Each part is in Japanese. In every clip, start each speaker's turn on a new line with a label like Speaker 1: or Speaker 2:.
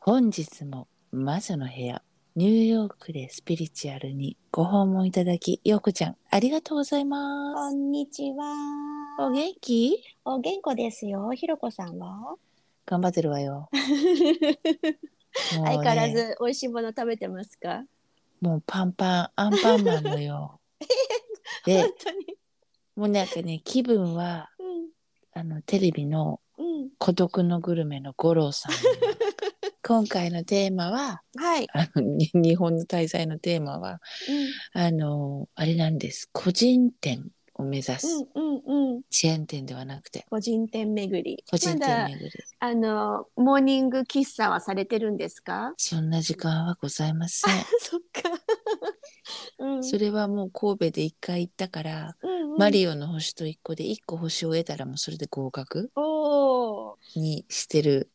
Speaker 1: 本日も魔女の部屋ニューヨークでスピリチュアルにご訪問いただきようこちゃんありがとうございま
Speaker 2: こ
Speaker 1: す
Speaker 2: んにち
Speaker 1: お
Speaker 2: は。
Speaker 1: 元気
Speaker 2: お元気ですよ。ひろこさんは。
Speaker 1: 頑張ってるわよもうね
Speaker 2: 相変わらず美味しいもの食べてますか。
Speaker 1: もうパンパンアンパンマンの よで
Speaker 2: 本当に。
Speaker 1: もうなんかね気分はあのテレビの
Speaker 2: うん。うん
Speaker 1: 「孤独のグルメ」の五郎 さん今回のテーマは。
Speaker 2: はい。
Speaker 1: あのに日本の滞在のテーマはあのあれなんです個人店を目指す、
Speaker 2: うん。うん。うん。
Speaker 1: チェーン店ではなくて
Speaker 2: 個人店巡り。
Speaker 1: 個人
Speaker 2: ま
Speaker 1: 店
Speaker 2: だ、
Speaker 1: 巡り、
Speaker 2: あの、モーニング喫茶はされてるんですか。
Speaker 1: そんな時間はございません
Speaker 2: そっか。うん。
Speaker 1: それはもう神戸で一回行ったから、
Speaker 2: うんうん
Speaker 1: マ。リオの星と一個で一個星を得たらもうそれで合格
Speaker 2: おお。
Speaker 1: にしてる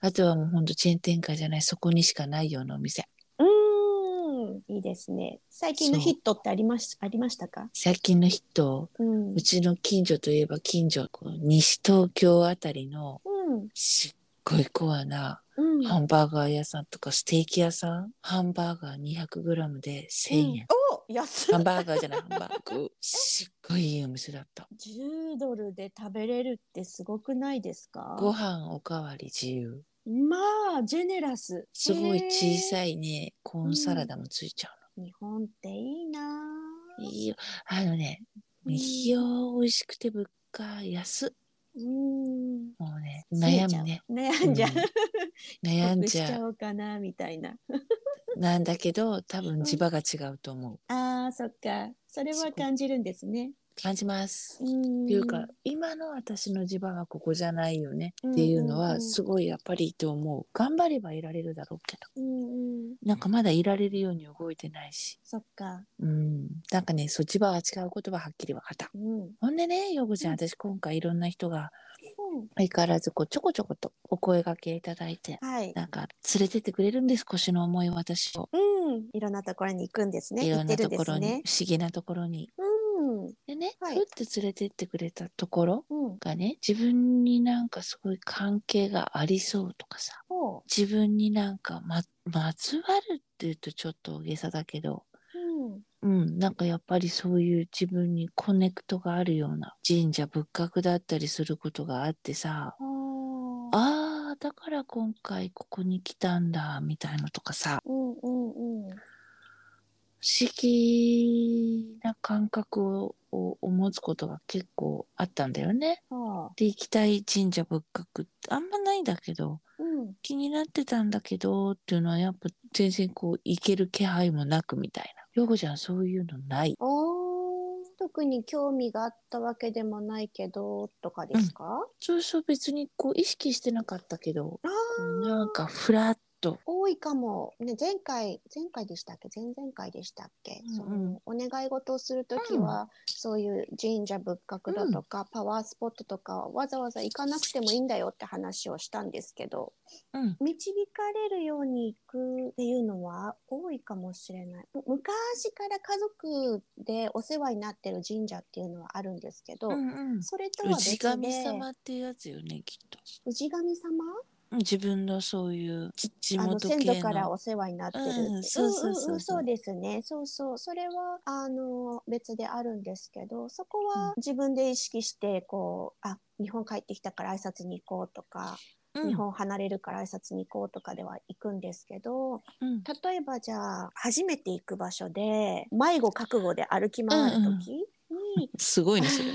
Speaker 1: あとはもうほんとチェーン展開じゃないそこにしかないようなお店
Speaker 2: うーん。いいですね。最近の
Speaker 1: そう
Speaker 2: ヒットってありまし、ありましたか。
Speaker 1: 最近の人
Speaker 2: うん
Speaker 1: う。ちの近所といえば近所こう西東京あたりの
Speaker 2: うん。
Speaker 1: すっごいコアな
Speaker 2: うん。
Speaker 1: ハンバーガー屋さんとかステーキ屋さんハンバーガー 200g で1,000円、
Speaker 2: おお、安い
Speaker 1: ハンバーガーじゃないハンバーグすっごいいいお店だった
Speaker 2: 10ドルで食べれるってすごくないですか
Speaker 1: ご飯おかわり自由
Speaker 2: まあジェネラス
Speaker 1: すごい小
Speaker 2: い
Speaker 1: さいねコーンサラダもついちゃ
Speaker 2: 日本っていいな
Speaker 1: うのいいよあのねいや美味しくて物価安
Speaker 2: うん
Speaker 1: もうね悩むね
Speaker 2: 悩んじゃう、
Speaker 1: 悩ん
Speaker 2: 得
Speaker 1: じ
Speaker 2: しち
Speaker 1: ゃ
Speaker 2: ゃおうかなみたいな
Speaker 1: うなんだけど多分磁場が違うと思う
Speaker 2: あーそっかそれは感じるんですね
Speaker 1: 感じます
Speaker 2: うん
Speaker 1: っていうか今の私の地場はここじゃないよね
Speaker 2: うん
Speaker 1: っていうの
Speaker 2: うんう
Speaker 1: は
Speaker 2: ん
Speaker 1: すごいやっぱりと思う頑張ればいられるだろうけど
Speaker 2: うんうん
Speaker 1: なんかまだいられるように動いてないし
Speaker 2: そっか
Speaker 1: うんなんかねそう地場は違うことははっきり分かった
Speaker 2: うん、うん、
Speaker 1: ほんでねヨグちゃん私今回いろんな人が相変わらずこうちょこちょことお声掛けいただいて
Speaker 2: はい
Speaker 1: なんか連れてってくれるんです腰の重い私を。
Speaker 2: うんいろんなところに行くんですね
Speaker 1: いろんなと
Speaker 2: 行っ
Speaker 1: こ
Speaker 2: て
Speaker 1: ろ
Speaker 2: るん
Speaker 1: に、
Speaker 2: ですね
Speaker 1: 不思議なところに。
Speaker 2: うん
Speaker 1: でね、
Speaker 2: はい
Speaker 1: ふって連れてってくれたところ
Speaker 2: うん
Speaker 1: がね自分になんかすごい関係がありそうとかさ
Speaker 2: ほ
Speaker 1: 自分になんかままつわるっていうとちょっと大げさだけど、
Speaker 2: ううん
Speaker 1: うん、なんかやっぱりそういう自分にコネクトがあるような神社仏閣だったりすることがあってさ
Speaker 2: ああ。
Speaker 1: あーだから今回ここに来たんだみたいのとかさ
Speaker 2: うんうんうん。
Speaker 1: 不思議な感覚をを持つことが結構あったんだよね。
Speaker 2: はあ。
Speaker 1: で行きたい神社仏閣ってあんまないんだけど
Speaker 2: うん。
Speaker 1: 気になってたんだけどっていうのはやっぱ全然こう行ける気配もなくみたいな。ヨゴちゃんそういうのない
Speaker 2: おー特に興味があったわけでもないけどとかですか、
Speaker 1: そうそう別にこう意識してなかったけど
Speaker 2: ああ
Speaker 1: なんかフラッと
Speaker 2: 多いかも、ね、前回前回でしたっけ前々回でしたっけ、
Speaker 1: うんうん
Speaker 2: そのお願い事をするときは、そういう神社仏閣だとか、パワースポットとかはわざわざ行かなくてもいいんだよって話をしたんですけど
Speaker 1: うん
Speaker 2: 導かれるように行くっていうのは多いかもしれないむ昔から家族でお世話になってる神社っていうのはあるんですけど、
Speaker 1: うんうん
Speaker 2: それとは別で
Speaker 1: 氏神様っていうやつよねきっと
Speaker 2: 氏神様
Speaker 1: うん自分のそういう地地
Speaker 2: あの
Speaker 1: 元
Speaker 2: 先祖
Speaker 1: 系
Speaker 2: から
Speaker 1: の
Speaker 2: お世話になってるって、
Speaker 1: うんそうそうそうそうん
Speaker 2: んそうですねそうそうそれはあの別であるんですけどそこ
Speaker 1: うん
Speaker 2: は自分で意識してこう、あ日本帰ってきたから挨拶に行こうとか、
Speaker 1: うん
Speaker 2: 日本離れるから挨拶に行こうとかでは行くんですけど、
Speaker 1: うん
Speaker 2: 例えばじゃあ初めて行く場所で迷子覚悟で歩き回る時に、
Speaker 1: すごいねそれ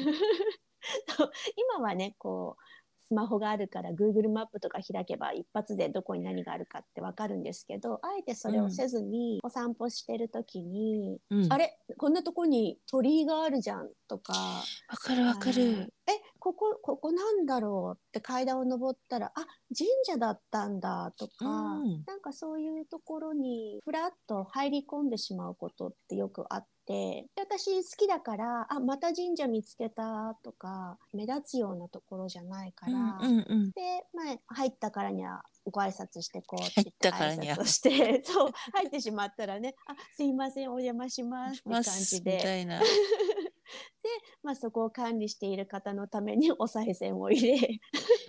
Speaker 2: 今はねこうスマホがあるから Google マップとか開けば一発でどこに何があるかってわかるんですけどあえてそれをせずにお散歩してる時に、
Speaker 1: うん
Speaker 2: あれこんなとこに鳥居があるじゃんとか
Speaker 1: わかるわか
Speaker 2: あの
Speaker 1: る
Speaker 2: えここここなんだろうって階段を登ったらあ神社だったんだとか、
Speaker 1: うん
Speaker 2: なんかそういうところにふらっと入り込んでしまうことってよくあってで私好きだからあまた神社見つけたとか目立つようなところじゃないから、
Speaker 1: うんうんうん
Speaker 2: で、まあ、入ったからにはご挨拶してこうって言っ
Speaker 1: 入
Speaker 2: て
Speaker 1: ったからに
Speaker 2: 挨
Speaker 1: は
Speaker 2: 拶をして そう入ってしまったらね「あすいませんお邪魔します」って感じ
Speaker 1: み
Speaker 2: で
Speaker 1: たいな
Speaker 2: でまあ、そこを管理している方のためにお賽銭を入れ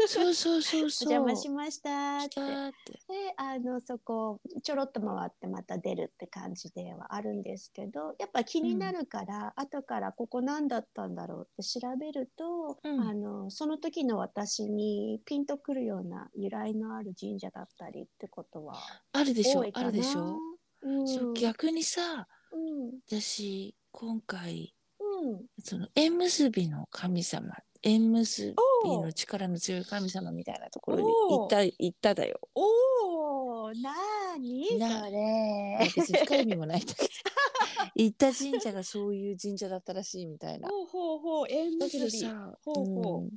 Speaker 1: そうそうそう
Speaker 2: 「お
Speaker 1: そう。
Speaker 2: 邪魔しました」っ
Speaker 1: 来
Speaker 2: て
Speaker 1: たーって。
Speaker 2: であのそこをちょろっと回ってまた出るって感じではあるんですけどやっぱ気になるから、後からここ何だったんだろうって調べると、
Speaker 1: うん
Speaker 2: あのその時の私にピンとくるような由来のある神社だったりってことは
Speaker 1: あるでしょ
Speaker 2: 多いか
Speaker 1: あ
Speaker 2: な
Speaker 1: るでしょ、
Speaker 2: うん、
Speaker 1: そう逆にさ
Speaker 2: うん
Speaker 1: 私今回
Speaker 2: うん
Speaker 1: その縁結びの神様縁結び
Speaker 2: お
Speaker 1: の
Speaker 2: ー
Speaker 1: 力の強い神様みたいなところに行
Speaker 2: おー
Speaker 1: った行っただよ。
Speaker 2: おーなーにそ
Speaker 1: な
Speaker 2: れ
Speaker 1: 別に深い意味もないんだけど行った神社がそういう神社だったらしいみたいな。
Speaker 2: ほうほうほう縁
Speaker 1: だけど
Speaker 2: 結び
Speaker 1: さ、
Speaker 2: ほうほう
Speaker 1: うん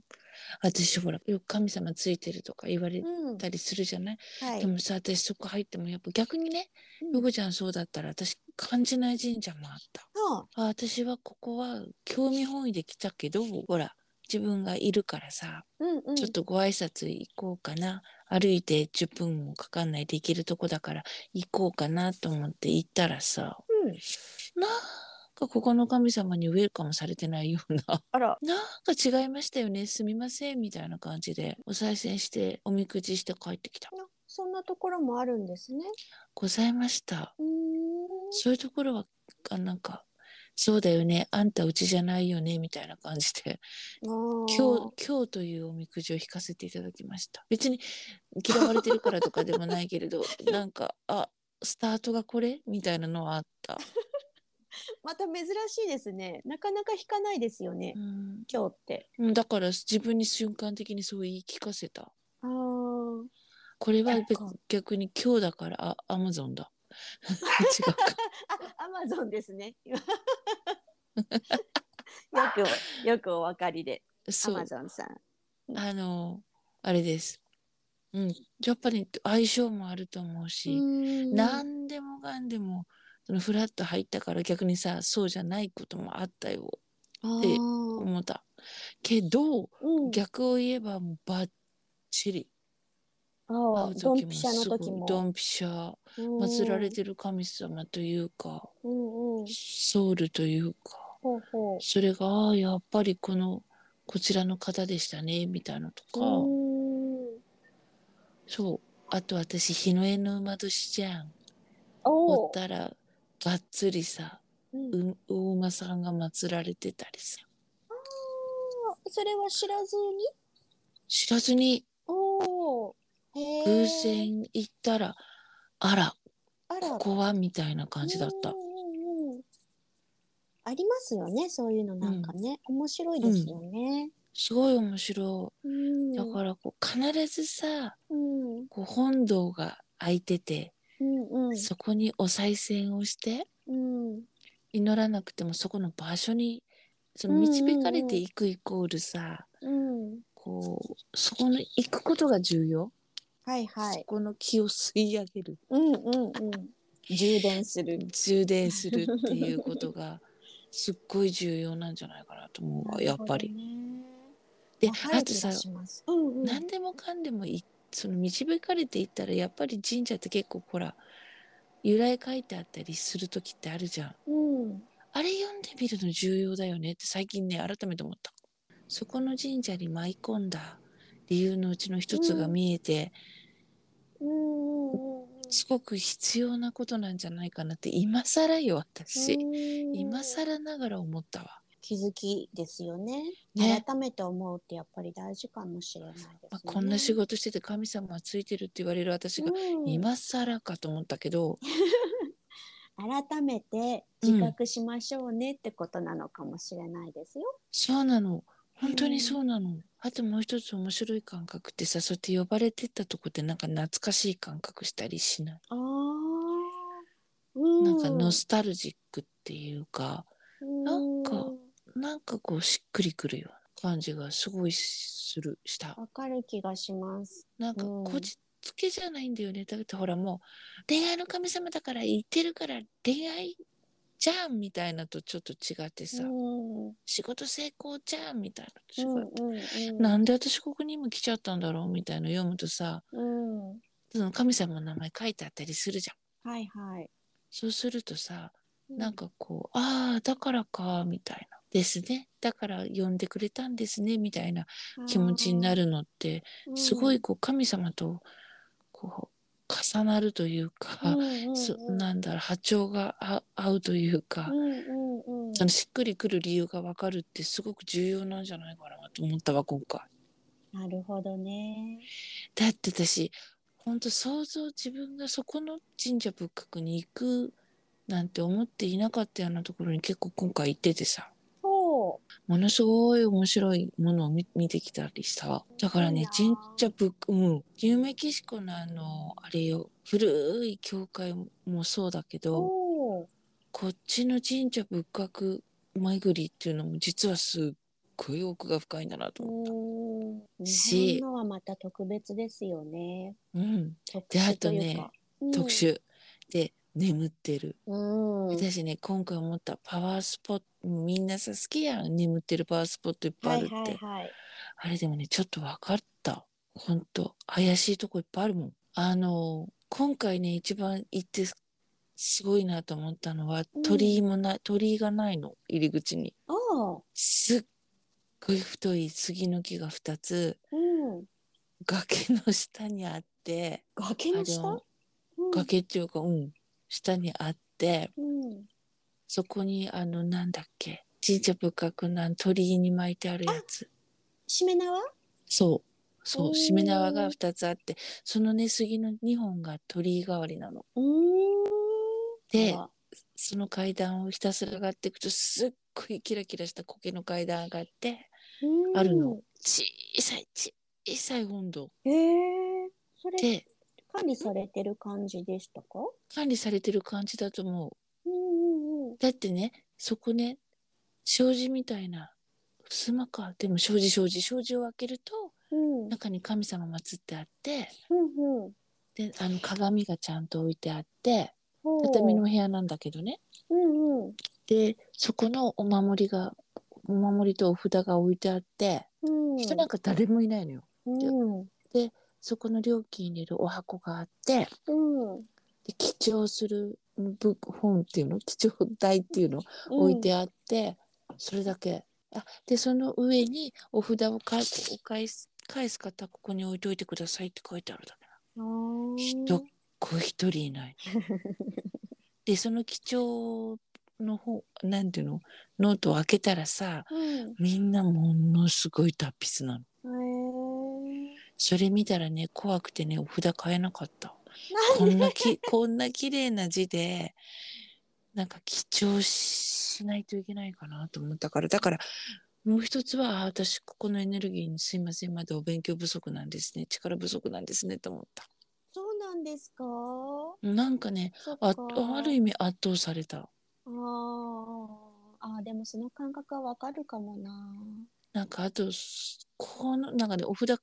Speaker 1: 私ほらよく神様ついてるとか言われ
Speaker 2: うん
Speaker 1: たりするじゃない、
Speaker 2: はい
Speaker 1: でもさ私そこ入ってもやっぱ逆にねヨコちゃんそうだったら私感じない神社もあった。
Speaker 2: うん
Speaker 1: あ私はここは興味本位で来たけどほら自分がいるからさ
Speaker 2: うんうん
Speaker 1: ちょっとご挨拶行こうかな、歩いて10分もかかんないで行けるとこだから行こうかなと思って行ったらさ
Speaker 2: うん
Speaker 1: なんかここの神様にウェルカムされてないような
Speaker 2: あら
Speaker 1: なんか違いましたよねすみませんみたいな感じでお賽銭しておみくじして帰ってきた
Speaker 2: なそんなところもあるんですね。
Speaker 1: ございました
Speaker 2: うーん。
Speaker 1: そういうところはあなんかそうだよねあんたうちじゃないよねみたいな感じで今
Speaker 2: 今
Speaker 1: 日今日というおみくじを引かせていただきました別に嫌われてるからとかでもないけれ どなんかあスタートがこれみたいなのはあった、
Speaker 2: また珍しいですね。なかなか引かないですよね。
Speaker 1: うん
Speaker 2: 今日って。
Speaker 1: うん、だから自分に瞬間的にそう言い聞かせた
Speaker 2: ああ。
Speaker 1: これは別
Speaker 2: そっか
Speaker 1: 逆に今日だからあアマゾン だ違うか
Speaker 2: あ、アマゾンです ね。よくよくお分かりで、ア
Speaker 1: そう
Speaker 2: マゾンさん。
Speaker 1: あのあれですうんやっぱり相性もあると思うし、
Speaker 2: な
Speaker 1: 何でもかんでもそのフラッと入ったから逆にさそうじゃないこともあったよて思ったけど
Speaker 2: うん、
Speaker 1: 逆を言えばもうバッチリ
Speaker 2: あ
Speaker 1: 会
Speaker 2: あ
Speaker 1: う
Speaker 2: ドン
Speaker 1: 時
Speaker 2: ピ
Speaker 1: も
Speaker 2: シャの
Speaker 1: すご
Speaker 2: 時
Speaker 1: い
Speaker 2: も。
Speaker 1: ドンピシャ
Speaker 2: うん
Speaker 1: 祀られてる神様というか
Speaker 2: うんうん。
Speaker 1: ソウルというか
Speaker 2: ほうほう。
Speaker 1: それがああやっぱりこのこちらの方でしたねみたいなとか、
Speaker 2: うーん
Speaker 1: そうあと私日の絵の馬年じゃん
Speaker 2: お
Speaker 1: お
Speaker 2: お
Speaker 1: っ。たらがっつりさ
Speaker 2: うん
Speaker 1: うお馬さんが祀られてたりさ
Speaker 2: あそれは知らずに
Speaker 1: 知らずに
Speaker 2: おお。偶
Speaker 1: 偶然行ったら、あら
Speaker 2: あら
Speaker 1: ここはみたいな感じだった
Speaker 2: うん。うんうんありますよね、そういうのなんかね、面白いですよね。
Speaker 1: すごい面白
Speaker 2: うん
Speaker 1: い。だからこう必ずさ
Speaker 2: うん
Speaker 1: こう本堂が開いてて、
Speaker 2: うんうん
Speaker 1: そこにお賽銭をして
Speaker 2: うん
Speaker 1: 祈らなくてもそこの場所にその導かれていくイコールさ、
Speaker 2: うん
Speaker 1: こうそこに行くことが重要、
Speaker 2: はいは
Speaker 1: そ
Speaker 2: い。
Speaker 1: この気を吸い上げる
Speaker 2: うんうんうん。充電する。
Speaker 1: 充電するっていうことがすっごい重要なんじゃないかなと思 うわやっぱり。で
Speaker 2: なるほどね。
Speaker 1: あとさ
Speaker 2: わかる気がしますうんうん。
Speaker 1: 何でもかんでもいその導かれていったらやっぱり神社って結構ほら由来書いてあったりする時ってあるじゃん
Speaker 2: うん。
Speaker 1: あれ読んでみるの重要だよねって最近ね改めて思ったそこの神社に舞い込んだ理由のうちの一つが見えて、
Speaker 2: うんうんうん。
Speaker 1: すごく必要なことなんじゃないかなって今更よ私、
Speaker 2: うん
Speaker 1: 今更ながら思ったわ、
Speaker 2: 気づきですよね
Speaker 1: ね
Speaker 2: 改めて思うってやっぱり大事かもしれないですね。
Speaker 1: まあこんな仕事してて神様はついてるって言われる私が
Speaker 2: うん
Speaker 1: 今更かと思ったけど、
Speaker 2: 改めて自覚しましょうねってことなのかもしれないですよ。
Speaker 1: そうなの本当にそうなの、あともう一つ面白い感覚ってさそうやって呼ばれてったとこってなんか懐かしい感覚したりしない、
Speaker 2: あーう
Speaker 1: なんかノスタルジックっていうかなんか
Speaker 2: う
Speaker 1: なんかこうしっくりくるような感じがすごいするした
Speaker 2: わかる気がします。
Speaker 1: なんか
Speaker 2: うん
Speaker 1: こじつけじゃないんだよねだってほらもう恋愛の神様だから言ってるから恋愛じゃんみたいなとちょっと違ってさ、
Speaker 2: うんうん
Speaker 1: 仕事成功じゃんみたいなと違う、
Speaker 2: うん
Speaker 1: なんで私ここに今来ちゃったんだろうみたいなの読むとさ
Speaker 2: うん
Speaker 1: その神様の名前書いてあったりするじゃん。
Speaker 2: はいはい。
Speaker 1: そうするとさ、なんかこう、ああ、だからか、みたいな。ですねだから呼んでくれたんですねみたいな気持ちにな
Speaker 2: る。
Speaker 1: るのってすごいこう神様とこう重なるというか、
Speaker 2: うんうんうん
Speaker 1: そなんだろう波長があ合うというか、
Speaker 2: うんうんうん
Speaker 1: そのしっくりくる理由が分かるってすごく重要なんじゃないかなと思ったわ今回。
Speaker 2: なるほどね。
Speaker 1: だって私ほんと想像自分がそこの神社仏閣に行くなんて思っていなかったようなところに結構今回行っててさ
Speaker 2: そ
Speaker 1: ものすごい面白いものを見見てきたりさだからね
Speaker 2: いいな
Speaker 1: 神社仏閣うん有名メキシコのあのあれよ古い教会もそうだけ
Speaker 2: う。
Speaker 1: ど
Speaker 2: おー
Speaker 1: こっちの神社仏閣巡りっていうのも実はすっごい奥が深いんだなと
Speaker 2: う
Speaker 1: 思った。
Speaker 2: ん。
Speaker 1: し
Speaker 2: 日本のはまた特別ですよね。
Speaker 1: うん、
Speaker 2: 特
Speaker 1: であ
Speaker 2: 殊
Speaker 1: と
Speaker 2: と
Speaker 1: ね
Speaker 2: いうか。うん
Speaker 1: 特。殊で眠ってる
Speaker 2: うん。
Speaker 1: 私ね今回思ったパワースポットみんなさ好きやん眠ってるパワースポットいっぱいあるって、
Speaker 2: はいはいはい。
Speaker 1: あれでもねちょっと分かったほんと怪しいとこいっぱいあるもんあの今回ね一番行ってすごいなと思ったのは
Speaker 2: うん
Speaker 1: 鳥居もない、鳥居がないの入り口に
Speaker 2: ああ。
Speaker 1: すっごい太い杉の木が2つ
Speaker 2: うん。
Speaker 1: 崖の下にあって
Speaker 2: 崖の
Speaker 1: あ
Speaker 2: 下
Speaker 1: の。
Speaker 2: うん。
Speaker 1: 崖っていうかうん下にあって、
Speaker 2: うん。
Speaker 1: そこにあのなんだっけ神社仏閣なん鳥居に巻いてあるやつ
Speaker 2: しめ縄。
Speaker 1: そうそ
Speaker 2: おー
Speaker 1: うしめ縄が2つあってそのね杉の2本が鳥居代わりなの。
Speaker 2: うん。
Speaker 1: で
Speaker 2: あ
Speaker 1: その階段をひたすら上がっていくとすっごいキラキラした苔の階段上がってあるの。小さい小さい本堂
Speaker 2: うんへえ。それ。
Speaker 1: で
Speaker 2: 管理されてる感じでしたか。
Speaker 1: 管理されてる感じだと思う。
Speaker 2: うんうんうん。
Speaker 1: だってねそこね障子みたいな襖かでも障子障子障子を開けると
Speaker 2: うん。
Speaker 1: 中に神様祀ってあって。
Speaker 2: うんうん。
Speaker 1: であの鏡がちゃんと置いてあって
Speaker 2: ほう
Speaker 1: 畳の。部屋なんだけどね
Speaker 2: うんうん。
Speaker 1: でそこのお守りがお守りとお札が置いてあって
Speaker 2: うん。
Speaker 1: 人なんか誰もいないのよ
Speaker 2: うん。
Speaker 1: そこの料金入れるお箱があって
Speaker 2: うん。
Speaker 1: で記帳するぶ本っていうの記帳台っていうの置いてあって、それだけあでその上にお札をかお返す返す方ここに置いといてくださいって書いてあるだけ
Speaker 2: うん。
Speaker 1: 人子一人いない。 でその基調の方なんていうのノートを開けたらさ
Speaker 2: うん。
Speaker 1: みんなものすごい達筆なの。
Speaker 2: へ
Speaker 1: それ見たらね怖くてねお札買えなかった。こんなきこんな綺麗な字でなんか記帳しないといけないかなと思ったからだからもう一つはあ私ここのエネルギーにすいませんまだお勉強不足なんですね力不足なんですねと思った。
Speaker 2: そうなんですか。
Speaker 1: なんかね
Speaker 2: そっか
Speaker 1: あある意味圧倒された。
Speaker 2: ああ。あーでもその感覚はわかるかもな。
Speaker 1: なんかあとすこのなんかねお札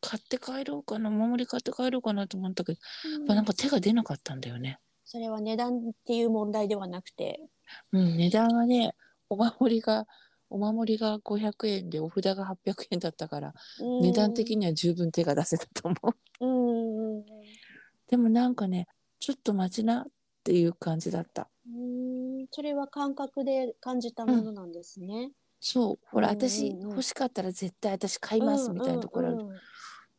Speaker 1: 買って帰ろうかなお守り買って帰ろうかなと思ったけど、
Speaker 2: う
Speaker 1: やっぱなんか手が出なかったんだよね。
Speaker 2: それは値段っていう問題ではなくて。
Speaker 1: うん、値段がねお守りがお守りが500円でお札が800円だったから、
Speaker 2: うん
Speaker 1: 値段的。には十分手が出せたと思う。
Speaker 2: うんうん
Speaker 1: でもなんかねちょっと待ちなっていう感じだった。
Speaker 2: うん。うん。それは感覚で感じたものなんですね。
Speaker 1: そうほら
Speaker 2: うんうんうん
Speaker 1: 私欲しかったら絶対私買いますみたいなところある、
Speaker 2: うんうんうん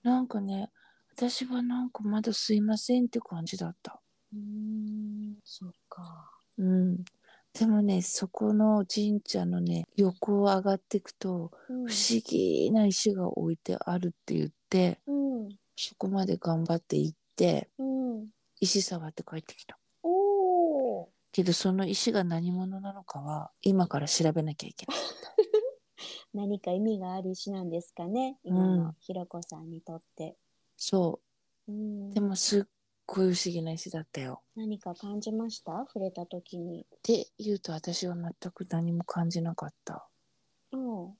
Speaker 1: なんかね私はなんかまだすいませんって感じだった。
Speaker 2: うーん、そうか。
Speaker 1: うん、でもねそこの神社のね横を上がっていくと
Speaker 2: うん
Speaker 1: 不思議な石が置いてあるって言って
Speaker 2: うん、
Speaker 1: そこまで頑張って行って
Speaker 2: うん。
Speaker 1: 石触って帰ってきた
Speaker 2: おお。
Speaker 1: けどその石が何者なのかは今から調べなきゃいけない
Speaker 2: 何か意味がある石なんですかね。今のひろこさんにとって。
Speaker 1: そ
Speaker 2: うん
Speaker 1: うで。もすっごい不思議な石だったよ
Speaker 2: 何か感じました触れた時に。
Speaker 1: って言うと私は全く何も感じなかった
Speaker 2: うん。
Speaker 1: そ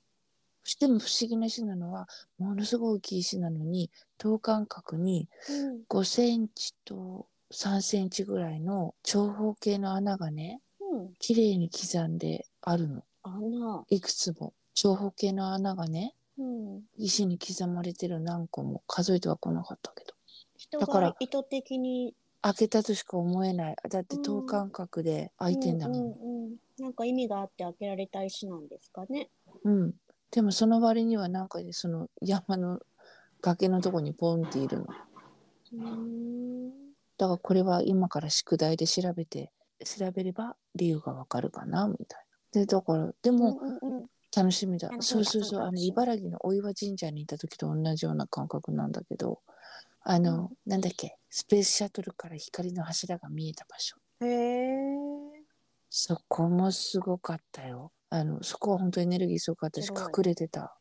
Speaker 1: しても不思議な石なのはものすごい大きい石なのに等間隔に
Speaker 2: うん。
Speaker 1: 5センチと3センチぐらいの長方形の穴がね
Speaker 2: うん。
Speaker 1: 綺麗に刻んであるの
Speaker 2: 穴。
Speaker 1: いくつも長方形の穴がね
Speaker 2: うん。
Speaker 1: 石に刻まれてる何個も数えてはこなかったけど
Speaker 2: 人
Speaker 1: だか
Speaker 2: が
Speaker 1: ら
Speaker 2: 意図的に。
Speaker 1: 開けたとしか思えないだって
Speaker 2: うん
Speaker 1: 等間隔で開いてんだもん、
Speaker 2: うんうんうん。なんか意味があって開けられた石なんですかね。
Speaker 1: うん。でもその割にはなんかねその山の崖のとこにポンっているの。
Speaker 2: うーん。
Speaker 1: だからこれは今から宿題で調べて調べれば理由がわかるかなみたいな。でだからでも
Speaker 2: うんうんうん
Speaker 1: 楽しみだ。
Speaker 2: 楽し
Speaker 1: そ
Speaker 2: み
Speaker 1: う
Speaker 2: だ
Speaker 1: そうそう
Speaker 2: そう
Speaker 1: あ
Speaker 2: かも
Speaker 1: の
Speaker 2: しれない
Speaker 1: 茨城のお岩神社にいた時と同じような感覚なんだけどあの、なんだっけスペースシャトルから光の柱が見えた場所。
Speaker 2: へえ。
Speaker 1: そこもすごかったよ。あのそこは本当エネルギーすごかったし
Speaker 2: すごい
Speaker 1: 隠れてた。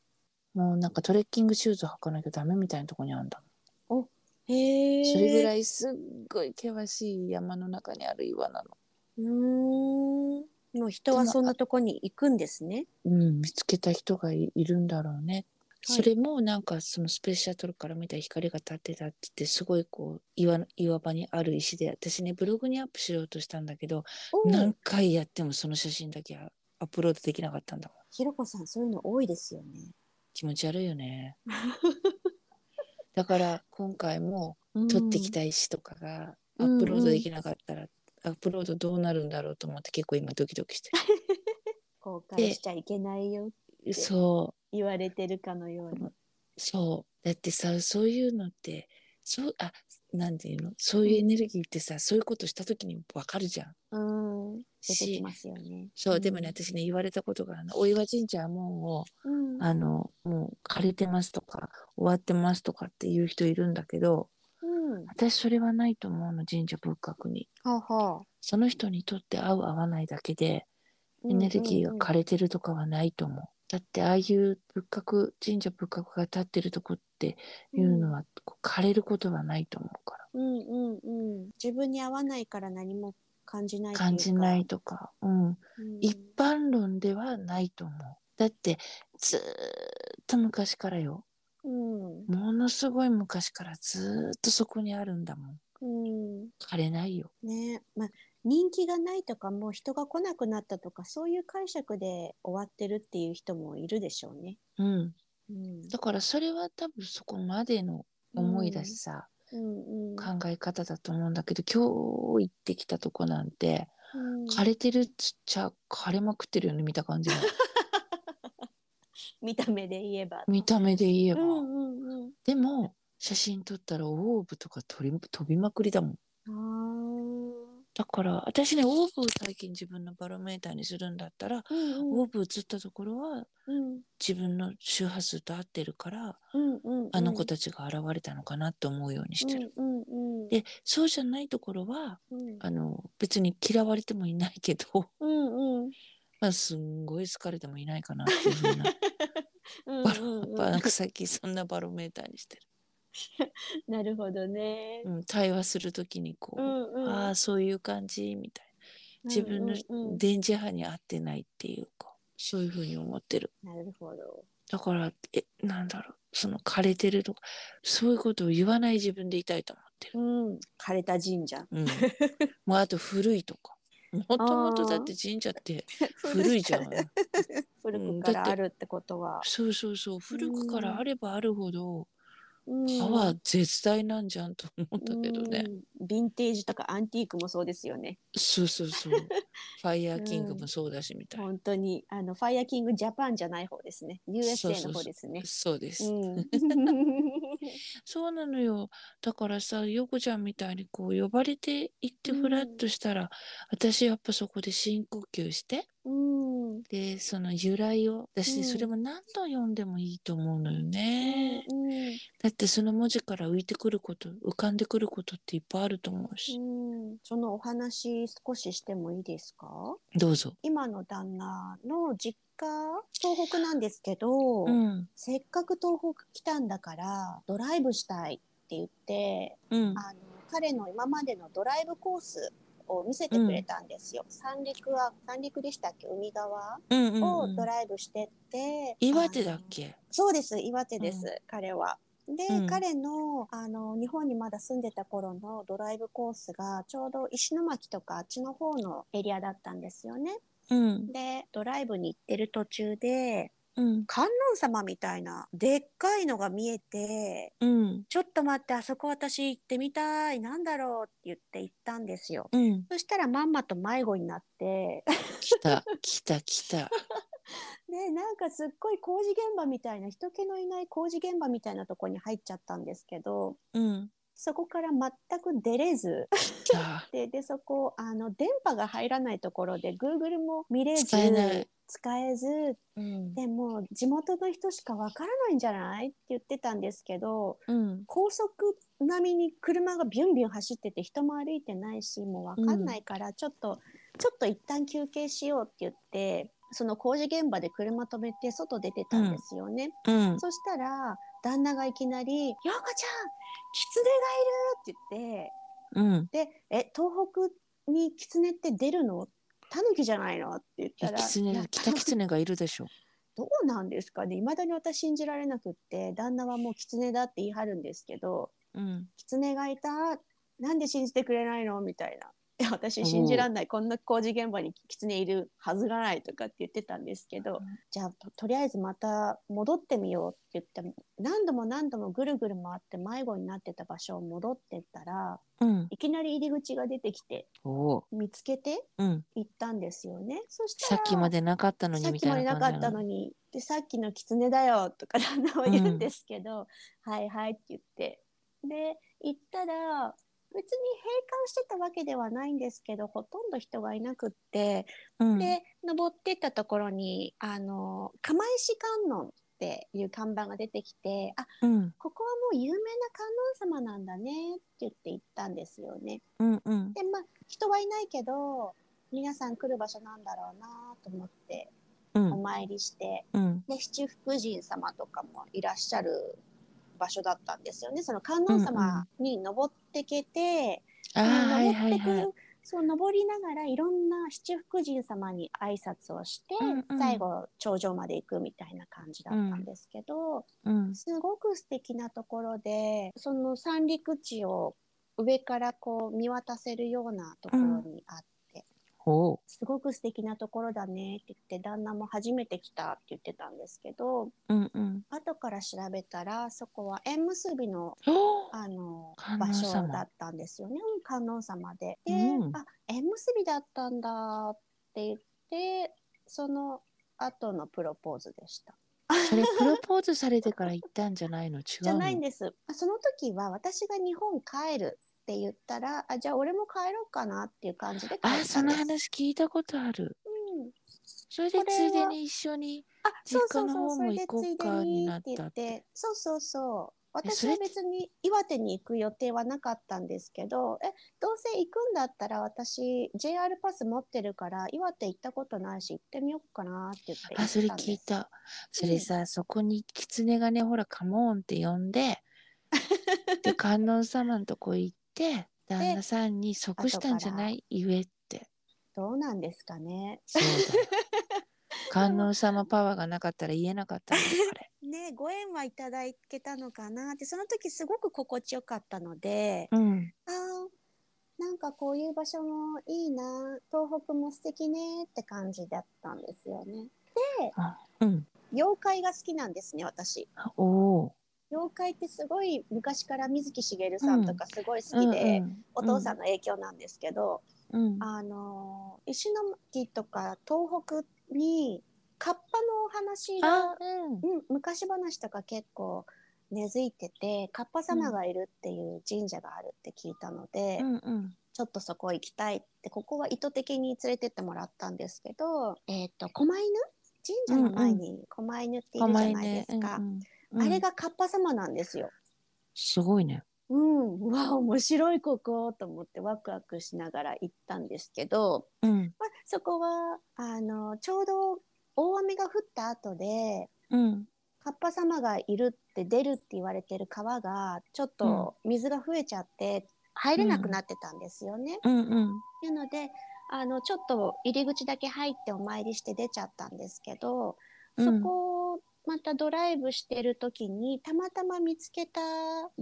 Speaker 1: もうなんかトレッキングシューズ履かなきゃダメみたいなとこにあんだもん。
Speaker 2: へえ。
Speaker 1: それぐ
Speaker 2: い。
Speaker 1: らいすっごい険しい山の中にある岩なの。
Speaker 2: うーん。もう人はそんなとこに行くんですね。
Speaker 1: うん、見つけた人がいいるんだろうね。
Speaker 2: はい
Speaker 1: それもなんかそのスペースシャトルから見た光が立ってたって言ってすごいこう岩の岩場にある石で私ねブログにアップしようとしたんだけど
Speaker 2: お
Speaker 1: 何
Speaker 2: お。
Speaker 1: 回やってもその写真だけはアップロードできなかったんだもん
Speaker 2: ひろこさんそういうの多いですよね。
Speaker 1: 気持ち悪いよ ねだから今回も撮ってきた石とかがアップロードできなかったら、アップロードどうなるんだろうと思って結構今ドキドキして
Speaker 2: 公開しちゃいけないよ
Speaker 1: る そう
Speaker 2: 言われてるかのように。
Speaker 1: そうだってさそういうのってそうあなんていうのそういうエネルギーってさそういうことした時にわかるじゃん。
Speaker 2: うん。出てき
Speaker 1: し
Speaker 2: ますよね。
Speaker 1: そうでもね私ね言われたことがあのお岩神社はも
Speaker 2: うん。
Speaker 1: うあのもう借りてますとか終わってますとかっていう人いるんだけど
Speaker 2: うん。
Speaker 1: 私それはないと思うの神社仏閣に。
Speaker 2: はあはあ。
Speaker 1: その人にとって合う合わないだけでエネルギーが
Speaker 2: か
Speaker 1: 枯れてるとかはないと思う。だってああいう仏閣神社仏閣が立ってるとこっていうのは、こう枯れることはないと思うから。
Speaker 2: うんうんうん、自分に合わないから何も感じないというか
Speaker 1: 感じない、とか、うん、
Speaker 2: うん
Speaker 1: 一般論ではないと思う。だってずーっと昔からよ
Speaker 2: うん
Speaker 1: ものすごい昔からずーっとそこにあるんだもん
Speaker 2: うん
Speaker 1: 枯れないよ。
Speaker 2: ねまあ、人気がないとかもう人が来なくなったとかそういう解釈で終わってるっていう人もいるでしょうね。
Speaker 1: うん、
Speaker 2: うん
Speaker 1: だからそれは多分そこまでの思いだしさ、
Speaker 2: うんうん
Speaker 1: 考え方だと思うんだけど今日行ってきたとこなんて
Speaker 2: うん
Speaker 1: 枯れてるっちゃ枯れまくってるよね見た感じの
Speaker 2: 見た目で言えば。
Speaker 1: 見た目で言え
Speaker 2: う
Speaker 1: ば、
Speaker 2: んうん
Speaker 1: でも写真撮ったらオーブとか飛び飛びまくりだもん
Speaker 2: うん、
Speaker 1: だから私ねオーブを最近自分のバロメーターにするんだったら、
Speaker 2: あーうんうん
Speaker 1: オーブ映ったところは
Speaker 2: うん
Speaker 1: 自分の周波数と合ってるから
Speaker 2: うんうん
Speaker 1: あの子たちが現れたのかなと思うようにしてる。
Speaker 2: うんうんうん
Speaker 1: でそうじゃないところは
Speaker 2: うん
Speaker 1: あの別に嫌われてもいないけど、
Speaker 2: うんうん
Speaker 1: まあ、すんごい好かれてもいないかなっていう ふうなバロ
Speaker 2: うんうんうん
Speaker 1: やっぱなんか最近そんなバロメーターにしてる。
Speaker 2: なるほどね。
Speaker 1: うん、対話する時にこう、
Speaker 2: うんうん、
Speaker 1: ああそういう感じみたいな自分
Speaker 2: うんうんう
Speaker 1: の
Speaker 2: ん
Speaker 1: 電磁波に合ってないっていうかそういうふうに思ってる。
Speaker 2: なるほど。
Speaker 1: だからえなんだろうその枯れてるとかそういうことを言わない自分でいたいと思ってる。
Speaker 2: うん、枯れた神社。
Speaker 1: うん、もうあと古いとかもともとだって神社って古いじゃん。
Speaker 2: 古
Speaker 1: うん
Speaker 2: く
Speaker 1: だ
Speaker 2: か
Speaker 1: って
Speaker 2: らあるってことは、
Speaker 1: そうそうそう古くからあればあるほど
Speaker 2: うん
Speaker 1: パワー絶大なんじゃんと思うんだけどね。
Speaker 2: うんヴィンテージとかアンティークもそうですよね。
Speaker 1: そうそう そう。ファイヤーキングもそうだしみたいな。
Speaker 2: 本当にあのファイアキングジャパンじゃない方ですね。
Speaker 1: そう
Speaker 2: USA
Speaker 1: そうそう
Speaker 2: の方で すね。
Speaker 1: そうです。
Speaker 2: うん。
Speaker 1: そうなのよ。だからさ、ヨコちゃんみたいにこう呼ばれて行って
Speaker 2: うん
Speaker 1: フラッとしたら、私やっぱそこで深呼吸して、
Speaker 2: うん。
Speaker 1: で、その由来を、私ね、
Speaker 2: うん
Speaker 1: それも何度読んでもいいと思うのよね。
Speaker 2: うん
Speaker 1: だってその文字から浮いてくること、浮かんでくることっていっぱいあると思うし。
Speaker 2: うん。そのお話少ししてもいいですか？
Speaker 1: どうぞ。
Speaker 2: 今の旦那の実家東北なんですけど、
Speaker 1: うん。
Speaker 2: せっかく東北来たんだからドライブしたいって言って
Speaker 1: うん。
Speaker 2: あの彼の今までのドライブコースを見せてくれたんですよ、三陸は三陸でしたっけ海側
Speaker 1: うんうんう
Speaker 2: を
Speaker 1: ん
Speaker 2: ド。ライブしてって、
Speaker 1: 岩手だ
Speaker 2: あ
Speaker 1: っ
Speaker 2: の
Speaker 1: け
Speaker 2: そうです岩手です、
Speaker 1: う
Speaker 2: 彼は。で、
Speaker 1: うん
Speaker 2: 彼のあの日本にまだ住んでた頃のドライブコースがちょうど石巻とかあっちの方のエリアだったんですよね。
Speaker 1: うん。
Speaker 2: でドライブに行ってる途中で
Speaker 1: うん
Speaker 2: 観音様みたいなでっかいのが見えて
Speaker 1: うん
Speaker 2: ちょっと待ってあそこ私行ってみたいなんだろうって言って行ったんですよ。
Speaker 1: うん
Speaker 2: そしたらまんまと迷子になって
Speaker 1: 来た来た来た
Speaker 2: ねなんかすっごい工事現場みたいな人気のいない工事現場みたいなとこに入っちゃったんですけど
Speaker 1: うん
Speaker 2: そこから全く出れず
Speaker 1: 来た
Speaker 2: ででそこあの電波が入らないところで Google も見れず
Speaker 1: 使えない
Speaker 2: 使えず
Speaker 1: うん
Speaker 2: でも地元の人しかわからないんじゃないって言ってたんですけど
Speaker 1: うん
Speaker 2: 高速並みに車がビュンビュン走ってて人も歩いてないしもうわかんないからちょっと、ちょっと一旦休憩しようって言ってその工事現場で車止めて外出てたんですよね、
Speaker 1: うん
Speaker 2: そしたら旦那がいきなり「ようこちゃん狐がいる!」って
Speaker 1: うん
Speaker 2: 言って「でえ東北に狐って出るのタヌキじゃないの?」って言っ
Speaker 1: い
Speaker 2: た
Speaker 1: や
Speaker 2: ら
Speaker 1: 狐
Speaker 2: いや
Speaker 1: だ北狐がいるでしょ
Speaker 2: どうなんですかね未だに私信じられなくって旦那はもう狐だって言い張るんですけど
Speaker 1: うん
Speaker 2: 狐がいたなんで信じてくれないのみたいな。 いや私信じらんないこんな工事現場に狐いるはずがないとかって言ってたんですけど、じゃあととりあえずまた戻ってみようって言って何度も何度もぐるぐる回って迷子になってた場所を戻ってったら
Speaker 1: うん
Speaker 2: いきなり入り口が出てきて
Speaker 1: おお
Speaker 2: 見つけて
Speaker 1: ううん
Speaker 2: 行ったんですよね。そした
Speaker 1: さ
Speaker 2: ら
Speaker 1: っきまでなかったの
Speaker 2: さ
Speaker 1: に
Speaker 2: っ
Speaker 1: み
Speaker 2: きま
Speaker 1: た
Speaker 2: で
Speaker 1: い
Speaker 2: な
Speaker 1: な
Speaker 2: か
Speaker 1: 感じ
Speaker 2: ったの
Speaker 1: に
Speaker 2: にでさっきの狐だよとか旦那は言うんですけど、はいはいって言ってで行ったら別に閉館してたわけではないんですけどほとんど人がいなくって、
Speaker 1: うん
Speaker 2: で登ってったところにあの釜石観音っていう看板が出てきてあ
Speaker 1: うん
Speaker 2: ここはもう有名な観音様なんだねって言って行ったんですよね。
Speaker 1: うんうん
Speaker 2: でまあ人はいないけど皆さん来る場所なんだろうなと思って
Speaker 1: う
Speaker 2: お
Speaker 1: ん
Speaker 2: 参りして。
Speaker 1: うん
Speaker 2: で七福神様とかもいらっしゃる場所だったんですよね。その観音様に登ってけて、
Speaker 1: あー
Speaker 2: その
Speaker 1: はいは
Speaker 2: 登っ
Speaker 1: い
Speaker 2: てく、
Speaker 1: はい
Speaker 2: そう登りながらいろんな七福神様に挨拶をして、
Speaker 1: うんうん
Speaker 2: 最後頂上まで行くみたいな感じだったんですけど、
Speaker 1: うん
Speaker 2: すごく素敵なところでその三陸地を上からこう見渡せるようなところにあって。
Speaker 1: おお
Speaker 2: すごく素敵なところだねって言って旦那も初めて来たって言ってたんですけど
Speaker 1: うんうん
Speaker 2: 後から調べたらそこは縁結びの
Speaker 1: おー
Speaker 2: あの
Speaker 1: 観
Speaker 2: 場
Speaker 1: 音
Speaker 2: 所
Speaker 1: 様
Speaker 2: だったんですよねうん観音様で。で、
Speaker 1: うん
Speaker 2: あ縁結びだったんだって言ってその後のプロポーズでした。
Speaker 1: それプロポーズされてから行ったんじゃないの違う
Speaker 2: じゃないん
Speaker 1: の
Speaker 2: です。あその時は私が日本帰るって言ったらあじゃあ俺も帰ろうかなっていう感じで帰ったん
Speaker 1: あ
Speaker 2: です。
Speaker 1: その話聞いたことある
Speaker 2: うん
Speaker 1: それで
Speaker 2: これは
Speaker 1: ついでに一緒に
Speaker 2: あ、そうそう
Speaker 1: 実家の
Speaker 2: そう、
Speaker 1: 方
Speaker 2: そ
Speaker 1: も
Speaker 2: れ
Speaker 1: 行
Speaker 2: で
Speaker 1: こ
Speaker 2: つ
Speaker 1: う
Speaker 2: いで
Speaker 1: かに
Speaker 2: に
Speaker 1: な
Speaker 2: っ
Speaker 1: ってた
Speaker 2: 言
Speaker 1: っ
Speaker 2: ってて、そうそうそう。
Speaker 1: え
Speaker 2: 私
Speaker 1: それ
Speaker 2: は別に岩手に行く予定はなかったんですけど、え、どうせ行くんだったら私 JR パス持ってるから岩手行ったことないし行ってみようかなって言って行
Speaker 1: あ
Speaker 2: っ
Speaker 1: それ
Speaker 2: たん
Speaker 1: 聞
Speaker 2: で
Speaker 1: い
Speaker 2: す。
Speaker 1: たそれさ、そこに狐がねほらカモンって呼ん でで観音様のとこ行って旦那さんに即したんじゃないゆえって
Speaker 2: どうなんですかね。
Speaker 1: そうだ よ観音様パワーがなかったら言えなかったんだよあ れ
Speaker 2: ね、ご縁はいただけたのかなって、その時すごく心地よかったので、
Speaker 1: うん
Speaker 2: あーなんかこういう場所もいいな、東北も素敵ねって感じだったんですよね。
Speaker 1: うん
Speaker 2: 妖怪が好きなんですね私
Speaker 1: おお
Speaker 2: 妖怪ってすごい昔から水木しげるさんとかすごい好きで、お父さんの影響なんですけど、
Speaker 1: うん
Speaker 2: あのー石巻とか東北にカッパのお話
Speaker 1: あ
Speaker 2: が、
Speaker 1: うん
Speaker 2: うん、昔話とか結構根付いててカッパ様がいるっていう神社があるって聞いたので、
Speaker 1: うんうん
Speaker 2: ちょっとそこ行きたいってここは意図的に連れてってもらったんですけど、えっと狛犬神社の前に狛犬っているじゃないですか。
Speaker 1: 甘いねうんうん
Speaker 2: あれがカッパ様なんですよ。
Speaker 1: すごいね
Speaker 2: うん、うわ面白いここと思ってワクワクしながら行ったんですけど、
Speaker 1: うん
Speaker 2: まあ、そこはあのちょうど大雨が降った後で
Speaker 1: うん
Speaker 2: カッパ様がいるって出るって言われてる川がちょっと水が増えちゃって入れなくなってたんですよね。
Speaker 1: うんうん
Speaker 2: なのであのちょっと入り口だけ入ってお参りして出ちゃったんですけど、そこをまたドライブしてる時にたまたま見つけた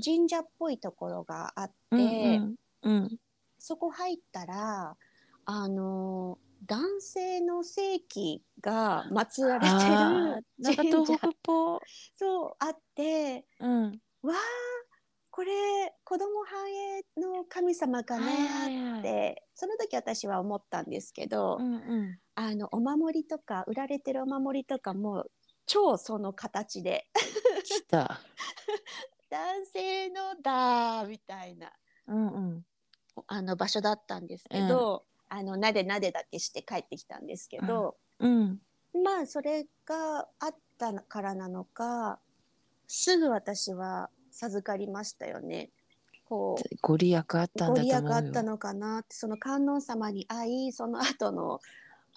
Speaker 2: 神社っぽいところがあって、
Speaker 1: うんうんうん
Speaker 2: そこ入ったらあの男性の性器が祀ら れ
Speaker 1: あーなん
Speaker 2: て
Speaker 1: か
Speaker 2: る神
Speaker 1: 東
Speaker 2: 社
Speaker 1: 北っぽ
Speaker 2: そうあって
Speaker 1: うん
Speaker 2: わあこれ子供繁栄の神様かな
Speaker 1: はいはいは
Speaker 2: っ
Speaker 1: い
Speaker 2: てその時私は思ったんですけど、
Speaker 1: うんうん
Speaker 2: あのお守りとか売られてるお守りとかも超その形で
Speaker 1: 来た
Speaker 2: 男性のだみたいな
Speaker 1: うんうん
Speaker 2: あの場所だったんですけど、あのなでなでだけして帰ってきたんですけど、
Speaker 1: うん
Speaker 2: まあそれがあったからなのかすぐ私は授かりましたよね。こう
Speaker 1: ご利益あったん
Speaker 2: ご
Speaker 1: だ
Speaker 2: 利
Speaker 1: と
Speaker 2: 益あ
Speaker 1: 思うよ
Speaker 2: ったのかなってその観音様に会いその後の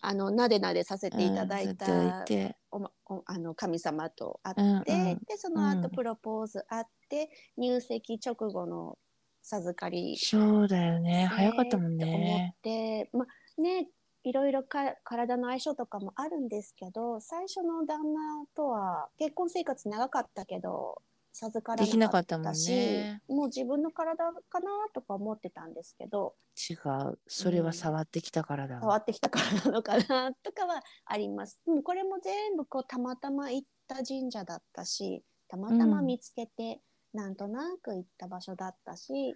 Speaker 2: あのなでなでさせていただい
Speaker 1: うんいただ
Speaker 2: た
Speaker 1: いて
Speaker 2: おまおあの神様と会
Speaker 1: う
Speaker 2: っ
Speaker 1: んうん
Speaker 2: て、でその後
Speaker 1: うん
Speaker 2: プロポーズあって、入籍直後の授かり
Speaker 1: そうだよね早かったもんね
Speaker 2: って思って、まあね、いろいろか体の相性とかもあるんですけど最初の旦那とは結婚生活長かったけど授から
Speaker 1: できな
Speaker 2: な
Speaker 1: か
Speaker 2: か
Speaker 1: っ
Speaker 2: った
Speaker 1: も
Speaker 2: た
Speaker 1: ん
Speaker 2: し
Speaker 1: ね
Speaker 2: もう自分の体かなとか思ってたんですけど
Speaker 1: 違うそれは触ってきたからだ
Speaker 2: 変わ
Speaker 1: わ
Speaker 2: ってきたからなのかなとかはあります。でもこれも全部こうたまたま行った神社だったしたまたま見つけて、なんとなく行った場所だったし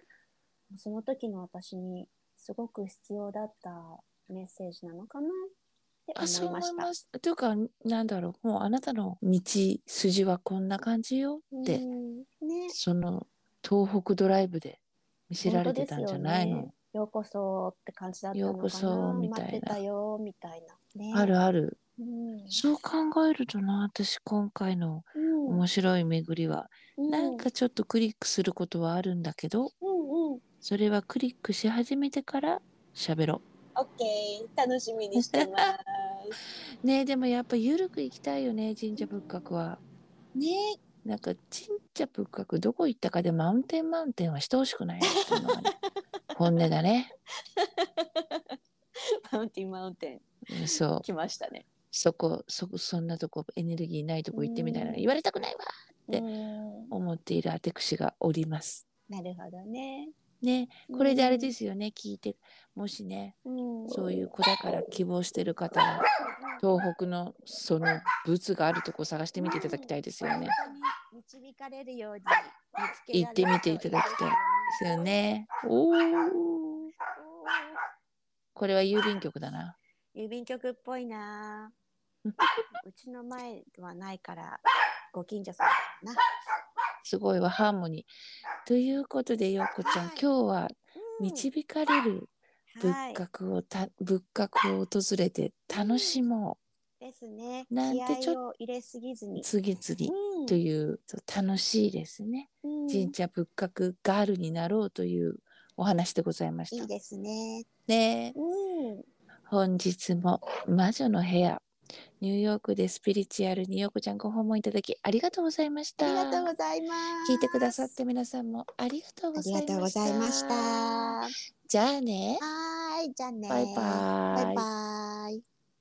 Speaker 2: その時の私にすごく必要だったメッセージなのかな
Speaker 1: あ
Speaker 2: って
Speaker 1: そう
Speaker 2: 思い
Speaker 1: 思
Speaker 2: ま
Speaker 1: い
Speaker 2: した。
Speaker 1: ますというかなんだろうもうあなたの道筋はこんな感じよって、
Speaker 2: うんね、
Speaker 1: その東北ドライブで見せられてたんじゃないの、
Speaker 2: 本当ですよねようこそって感じだったのかな
Speaker 1: ようこそみたいな
Speaker 2: 待ってたよみたいな、ね、
Speaker 1: あるある
Speaker 2: うん、
Speaker 1: そう考えるとな私今回の
Speaker 2: うん
Speaker 1: 面白い巡りは、
Speaker 2: うん
Speaker 1: なんかちょっとクリックすることはあるんだけど
Speaker 2: うんうん
Speaker 1: それはクリックし始めてから喋ろ
Speaker 2: オッケー、楽しみにしてます。
Speaker 1: うねえでもやっぱ緩く行きたいよね神社仏閣は
Speaker 2: ね、
Speaker 1: なんか神社仏閣どこ行ったかでマウンテンマウンテンはしてほしくないなっていうの がね本音だね
Speaker 2: マウンテンマウンテン
Speaker 1: うんそう
Speaker 2: 来ましたね。
Speaker 1: そこそこそんなとこエネルギーないとこ行ってみたいな
Speaker 2: うん
Speaker 1: 言われたくないわで
Speaker 2: うん
Speaker 1: 思っている私がおります。
Speaker 2: なるほどね。。
Speaker 1: ねこれであれですすよね、聞いてもしね
Speaker 2: うん、
Speaker 1: そういう子だから希望してる方は東北のそのブツがあるとこ探してみていただきたいですよね。
Speaker 2: 本当に導かれるように見つけ
Speaker 1: 行
Speaker 2: ら
Speaker 1: っ
Speaker 2: れる
Speaker 1: て
Speaker 2: と
Speaker 1: みていただきたいですよね。おおこれは郵便局だな。
Speaker 2: おー郵便局っぽいな。うちの前はないからご近所さんかな。
Speaker 1: すごいわハーモニー。ということでようこちゃん
Speaker 2: はい
Speaker 1: 今日は
Speaker 2: うん
Speaker 1: 導かれる仏
Speaker 2: はい
Speaker 1: 閣をた仏閣を訪れて楽しも
Speaker 2: ですね。
Speaker 1: なんてちょっ
Speaker 2: 気合を入れすぎず
Speaker 1: う
Speaker 2: に。
Speaker 1: 次々
Speaker 2: うん
Speaker 1: というそう楽しいですね
Speaker 2: うん
Speaker 1: 神社仏閣ガールになろうというお話でございまし
Speaker 2: い
Speaker 1: た
Speaker 2: いですね。
Speaker 1: ね
Speaker 2: うん。
Speaker 1: 本日も魔女の部屋ニューヨークでスピリチュアルにようこちゃんご訪問いただきありがとうございまし
Speaker 2: あ
Speaker 1: た
Speaker 2: りがとうございます。
Speaker 1: 聞いてくださって皆さんもありがとうご
Speaker 2: あ
Speaker 1: ざ
Speaker 2: り
Speaker 1: いま
Speaker 2: が
Speaker 1: した
Speaker 2: とうございました。は
Speaker 1: じゃあね
Speaker 2: ーい、じゃあね。
Speaker 1: バイバイ
Speaker 2: バイバイ。